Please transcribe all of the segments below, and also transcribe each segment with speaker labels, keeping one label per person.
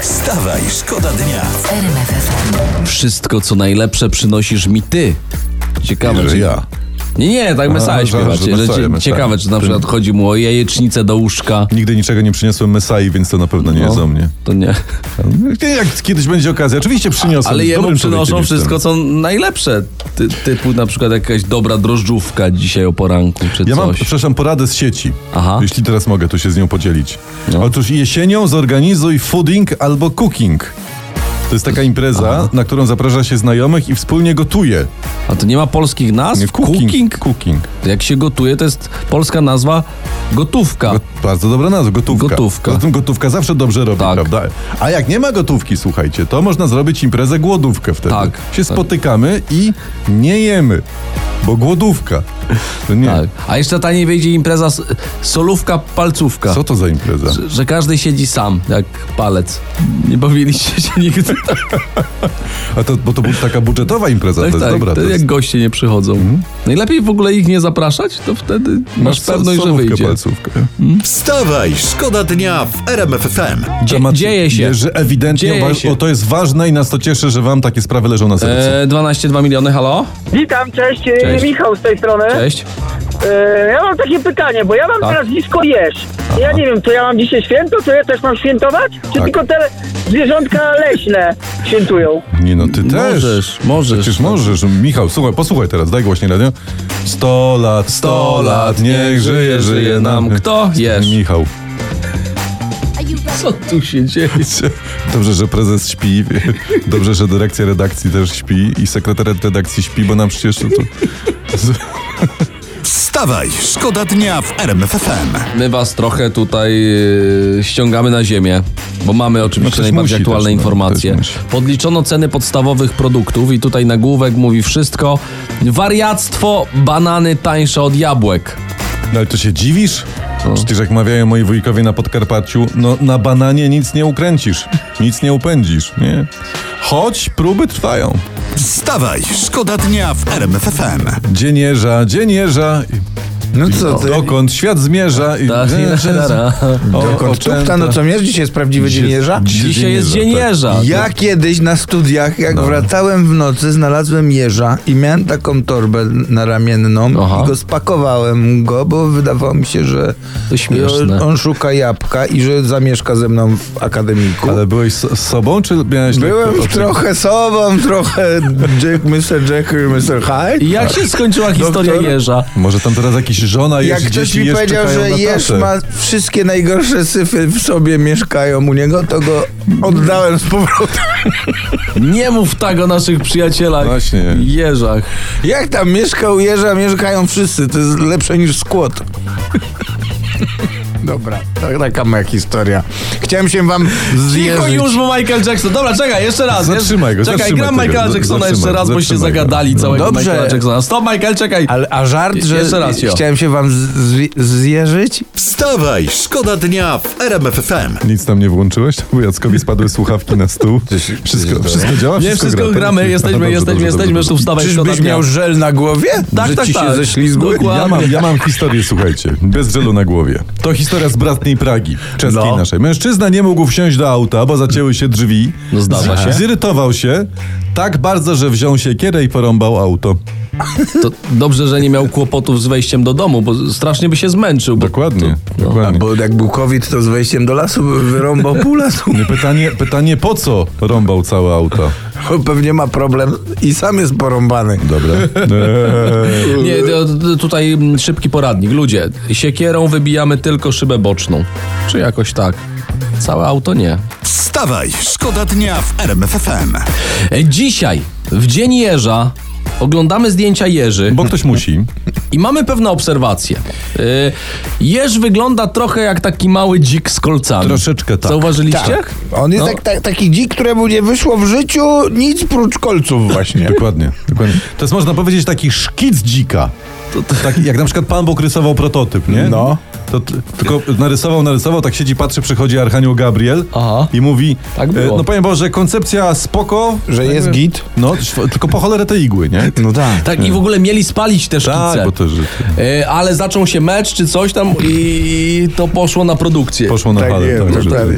Speaker 1: Wstawaj, szkoda dnia.
Speaker 2: Wszystko, co najlepsze przynosisz mi ty. Ciekawe,
Speaker 3: Że
Speaker 2: czy...
Speaker 3: ja.
Speaker 2: Nie, nie, tak Mesaj
Speaker 3: że-
Speaker 2: śpiewacie.
Speaker 3: że
Speaker 2: Że
Speaker 3: Messiah,
Speaker 2: cie-
Speaker 3: Messiah.
Speaker 2: ciekawe, czy na przykład chodzi mu o jajecznicę do łóżka.
Speaker 3: Nigdy niczego nie przyniosłem Mesai, więc to na pewno
Speaker 2: No.
Speaker 3: nie jest o mnie.
Speaker 2: To nie.
Speaker 3: Nie, Jak kiedyś będzie okazja, oczywiście przyniosę.
Speaker 2: Ale jemu
Speaker 3: dobrym
Speaker 2: przynoszą
Speaker 3: człowiekiem
Speaker 2: wszystko,
Speaker 3: jestem.
Speaker 2: co najlepsze. Ty, typu na przykład jakaś dobra drożdżówka dzisiaj o poranku, czy
Speaker 3: Ja mam,
Speaker 2: coś.
Speaker 3: przepraszam, poradę z sieci.
Speaker 2: Aha. No.
Speaker 3: Jeśli teraz mogę, to się z nią podzielić. Otóż jesienią zorganizuj fooding albo cooking. To jest taka impreza, na którą zaprasza się znajomych i wspólnie gotuje.
Speaker 2: A to nie ma polskich nazw?
Speaker 3: Nie,
Speaker 2: Cooking?
Speaker 3: Cooking.
Speaker 2: Jak się gotuje, to jest polska nazwa gotówka.
Speaker 3: Go- Bardzo dobra nazwa, gotówka.
Speaker 2: Gotówka.
Speaker 3: Poza tym gotówka zawsze dobrze robi,
Speaker 2: Tak.
Speaker 3: prawda? A jak nie ma gotówki, słuchajcie, to można zrobić imprezę głodówkę wtedy.
Speaker 2: Tak,
Speaker 3: Się
Speaker 2: tak.
Speaker 3: spotykamy i nie jemy, bo głodówka. To nie.
Speaker 2: Tak. A jeszcze taniej wyjdzie impreza s- solówka, palcówka.
Speaker 3: Co to za impreza?
Speaker 2: Że każdy siedzi sam, jak palec. Nie bawiliście się nigdy.
Speaker 3: A to, bo to była taka budżetowa impreza,
Speaker 2: Tak,
Speaker 3: to jest
Speaker 2: tak.
Speaker 3: dobra. Mhm.
Speaker 2: to
Speaker 3: To jest...
Speaker 2: jak goście nie przychodzą. Najlepiej w ogóle ich nie zapraszać, to wtedy masz,
Speaker 3: so-
Speaker 2: pewność, że
Speaker 3: solówkę,
Speaker 2: wyjdzie. Mhm.
Speaker 3: Palcówkę.
Speaker 1: Wstawaj, szkoda dnia w RMF FM.
Speaker 2: Dzie- dzieje się.
Speaker 3: Że ewidentnie
Speaker 2: Dzieje
Speaker 3: wa-
Speaker 2: się.
Speaker 3: O, to jest ważne i nas to cieszy, że wam takie sprawy leżą na sercu.
Speaker 2: E, 12,2 miliony, halo?
Speaker 4: Witam, cześć, e,
Speaker 2: Cześć.
Speaker 4: Michał z tej strony.
Speaker 2: Cześć.
Speaker 4: E, ja mam takie pytanie, bo ja mam
Speaker 2: Tak.
Speaker 4: teraz blisko jeż. Ja nie wiem, czy ja mam dzisiaj święto, czy ja też mam świętować? Czy
Speaker 3: Tak.
Speaker 4: tylko te zwierzątka leśne świętują?
Speaker 3: Nie no, ty też.
Speaker 2: Możesz, możesz.
Speaker 3: Przecież możesz. Michał, słuchaj, posłuchaj teraz, daj głośniej radio. 100 lat, 100 lat, niech żyje, żyje nam.
Speaker 2: Kto? Jesz.
Speaker 3: Michał.
Speaker 2: Co tu się dzieje?
Speaker 3: Dobrze, że prezes śpi. Dobrze, że dyrekcja redakcji też śpi i sekretariat redakcji śpi, bo nam przecież to... to...
Speaker 1: Wstawaj, szkoda dnia w RMF FM.
Speaker 2: My was trochę tutaj yy, ściągamy na ziemię, bo mamy oczywiście
Speaker 3: No, ktoś
Speaker 2: najbardziej
Speaker 3: musi
Speaker 2: aktualne
Speaker 3: też, no,
Speaker 2: informacje.
Speaker 3: ktoś musi.
Speaker 2: Podliczono ceny podstawowych produktów i tutaj nagłówek mówi wszystko. Wariactwo, banany tańsze od jabłek.
Speaker 3: No ale to się dziwisz? Przecież jak mawiają moi wujkowie na Podkarpaciu, no na bananie nic nie ukręcisz, nic nie upędzisz, nie? Choć próby trwają.
Speaker 1: Wstawaj, szkoda dnia w RMF FM.
Speaker 3: Dzień jeża, dzień jeża,
Speaker 5: No co ty?
Speaker 3: dokąd świat zmierza. I...
Speaker 2: Ta-
Speaker 3: O,
Speaker 5: Dokąd
Speaker 3: oczęta.
Speaker 5: tupta, no co miesz? Dzisiaj jest prawdziwy dzień jeża?
Speaker 2: Dzisiaj jest dzień
Speaker 3: tak.
Speaker 2: jeża.
Speaker 5: Ja kiedyś na studiach, jak
Speaker 2: No.
Speaker 5: wracałem w nocy, znalazłem jeża i miałem taką torbę naramienną
Speaker 2: Aha.
Speaker 5: i go spakowałem go, bo wydawało mi się, że
Speaker 2: To śmieszne.
Speaker 5: on szuka jabłka i że zamieszka ze mną w akademiku.
Speaker 3: Ale byłeś z z sobą, czy miałeś... tak-
Speaker 5: Byłem
Speaker 3: o-
Speaker 5: trochę sobą, trochę Jack, Mr. Jack, Mr. Hyde.
Speaker 2: I Jak się skończyła historia
Speaker 5: Doktor?
Speaker 2: jeża?
Speaker 3: Może tam teraz jakiś żona
Speaker 5: Jak
Speaker 3: jest,
Speaker 5: ktoś
Speaker 3: dzieci
Speaker 5: mi
Speaker 3: jeż
Speaker 5: powiedział,
Speaker 3: czekają
Speaker 5: że
Speaker 3: na
Speaker 5: jeż
Speaker 3: tatę.
Speaker 5: ma wszystkie najgorsze syfy w sobie mieszkają u niego, to go oddałem z powrotem.
Speaker 2: Nie mów tak o naszych przyjacielach.
Speaker 3: Właśnie.
Speaker 2: Jeżach.
Speaker 5: Jak tam mieszkał jeża, mieszkają wszyscy. To jest lepsze niż skłot. Dobra, to taka moja historia. Chciałem się wam
Speaker 2: Cicho
Speaker 5: zjeżdżyć.
Speaker 2: już, bo Michael Jackson. Dobra, czekaj, jeszcze raz. jeszcze-
Speaker 3: Zatrzymaj go,
Speaker 2: Czekaj,
Speaker 3: zatrzymaj
Speaker 2: gram
Speaker 3: tego,
Speaker 2: Michaela
Speaker 3: za-
Speaker 2: Jacksona jeszcze
Speaker 3: zatrzymaj,
Speaker 2: raz, bo się
Speaker 3: zatrzymaj go.
Speaker 2: zagadali całego
Speaker 5: Dobrze.
Speaker 2: Michaela Jacksona. Stop, Michael, czekaj.
Speaker 5: Ale, a żart, że
Speaker 2: Jeszcze raz, jo.
Speaker 5: chciałem się wam z- zwi- zjeżyć?
Speaker 1: Wstawaj, szkoda dnia w RMF FM.
Speaker 3: Nic tam nie włączyłeś? Bo Jackowi spadły słuchawki na stół. Wszystko, wszystko działa?
Speaker 2: Nie, wszystko
Speaker 3: gra, tak?
Speaker 2: gramy,
Speaker 3: Aha,
Speaker 2: jesteśmy,
Speaker 3: dobrze,
Speaker 2: jesteśmy,
Speaker 3: dobrze,
Speaker 2: jesteśmy,
Speaker 3: dobrze.
Speaker 2: tu wstawaj, szkoda
Speaker 5: Czyżbyś
Speaker 2: dnia.
Speaker 5: tak miał żel na głowie?
Speaker 2: Tak,
Speaker 5: że
Speaker 2: tak,
Speaker 5: ci
Speaker 2: tak.
Speaker 5: się ześlizgły?
Speaker 2: Dokładnie.
Speaker 3: Ja mam, ja mam historię, słuchajcie, bez żelu na głowie. To historia z bratniej Pragi, czeskiej
Speaker 2: No.
Speaker 3: naszej. Mężczyzna nie mógł wsiąść do auta, bo zacięły się drzwi.
Speaker 2: No zdarza
Speaker 3: Z-
Speaker 2: się.
Speaker 3: Zirytował się tak bardzo, że wziął siekierę i porąbał auto.
Speaker 2: To dobrze, że nie miał kłopotów z wejściem do domu, bo strasznie by się zmęczył. Bo
Speaker 3: Dokładnie,
Speaker 2: No,
Speaker 3: dokładnie.
Speaker 5: Bo jak był COVID, to z wejściem do lasu wyrąbał pół lasu.
Speaker 3: Nie, pytanie, pytanie, po co rąbał całe auto?
Speaker 5: Pewnie ma problem i sam jest porąbany.
Speaker 3: Dobra. Eee,
Speaker 2: Nie, to- to- tutaj mm, szybki poradnik. Ludzie, siekierą wybijamy tylko szybę boczną. Czy jakoś tak. Całe auto nie.
Speaker 1: Wstawaj, szkoda dnia w RMF FM.
Speaker 2: E, Dzisiaj, w Dzień Jeża, oglądamy zdjęcia Jeży
Speaker 3: bo ktoś musi.
Speaker 2: i mamy pewne obserwacje. Y, Jeż wygląda trochę jak taki mały dzik z kolcami.
Speaker 3: Troszeczkę tak.
Speaker 2: Zauważyliście?
Speaker 5: Tak. On jest
Speaker 2: No.
Speaker 5: tak, tak, taki dzik, któremu nie wyszło w życiu nic prócz kolców właśnie.
Speaker 3: Dokładnie, dokładnie. To jest można powiedzieć taki szkic dzika. Taki, jak na przykład Pan Bóg rysował prototyp, nie?
Speaker 5: No.
Speaker 3: To t- tylko narysował, narysował, tak siedzi, patrzy, przychodzi Archanioł Gabriel
Speaker 2: Aha.
Speaker 3: i mówi...
Speaker 2: Tak było.
Speaker 3: e, No powiem Boże, koncepcja spoko.
Speaker 5: Że jest git?
Speaker 3: No, trw- tylko po cholerę te igły, nie?
Speaker 5: No tak.
Speaker 2: Tak, i w ogóle mieli spalić te szkice.
Speaker 3: Tak, bo to że
Speaker 2: Y, ale zaczął się mecz czy coś tam i to poszło na produkcję.
Speaker 3: poszło na
Speaker 5: Tak,
Speaker 3: falę.
Speaker 5: nie,
Speaker 3: tak, że-
Speaker 5: dokładnie.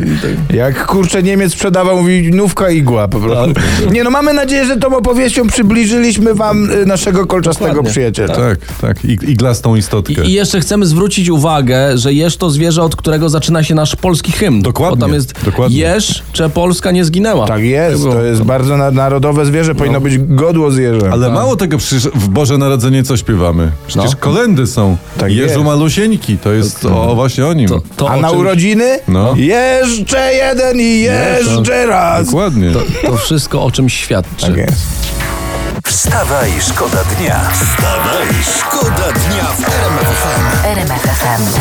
Speaker 5: Jak kurczę Niemiec sprzedawał, mówi nówka igła po prostu. Nie no, mamy nadzieję, że tą opowieścią przybliżyliśmy wam y, naszego kolczastego
Speaker 2: Dokładnie.
Speaker 5: przyjaciela.
Speaker 3: Tak, tak. I, iglastą istotkę.
Speaker 2: I, I jeszcze chcemy zwrócić uwagę, że jeż to zwierzę, od którego zaczyna się nasz polski hymn.
Speaker 3: Dokładnie,
Speaker 2: Bo tam jest
Speaker 3: dokładnie.
Speaker 2: jeż, czy Polska nie zginęła.
Speaker 5: Tak jest,
Speaker 2: Było.
Speaker 5: to jest bardzo na- narodowe zwierzę, powinno być godło zwierzę.
Speaker 3: Ale mało tego, przecież w Boże Narodzenie co śpiewamy? Przecież
Speaker 2: tak. No.
Speaker 3: kolendy są.
Speaker 5: Tak
Speaker 3: Jeżu
Speaker 5: jest.
Speaker 3: Malusieńki, to jest o, właśnie o nim.
Speaker 2: To, to
Speaker 5: A
Speaker 2: o
Speaker 5: na
Speaker 2: czym-
Speaker 5: urodziny?
Speaker 3: No.
Speaker 5: Jeszcze jeden i jeszcze raz.
Speaker 3: Dokładnie.
Speaker 2: To wszystko o czym świadczy.
Speaker 5: Tak jest.
Speaker 1: Wstawaj, szkoda dnia. Wstawaj, szkoda dnia w RMF FM.
Speaker 6: RMFFM.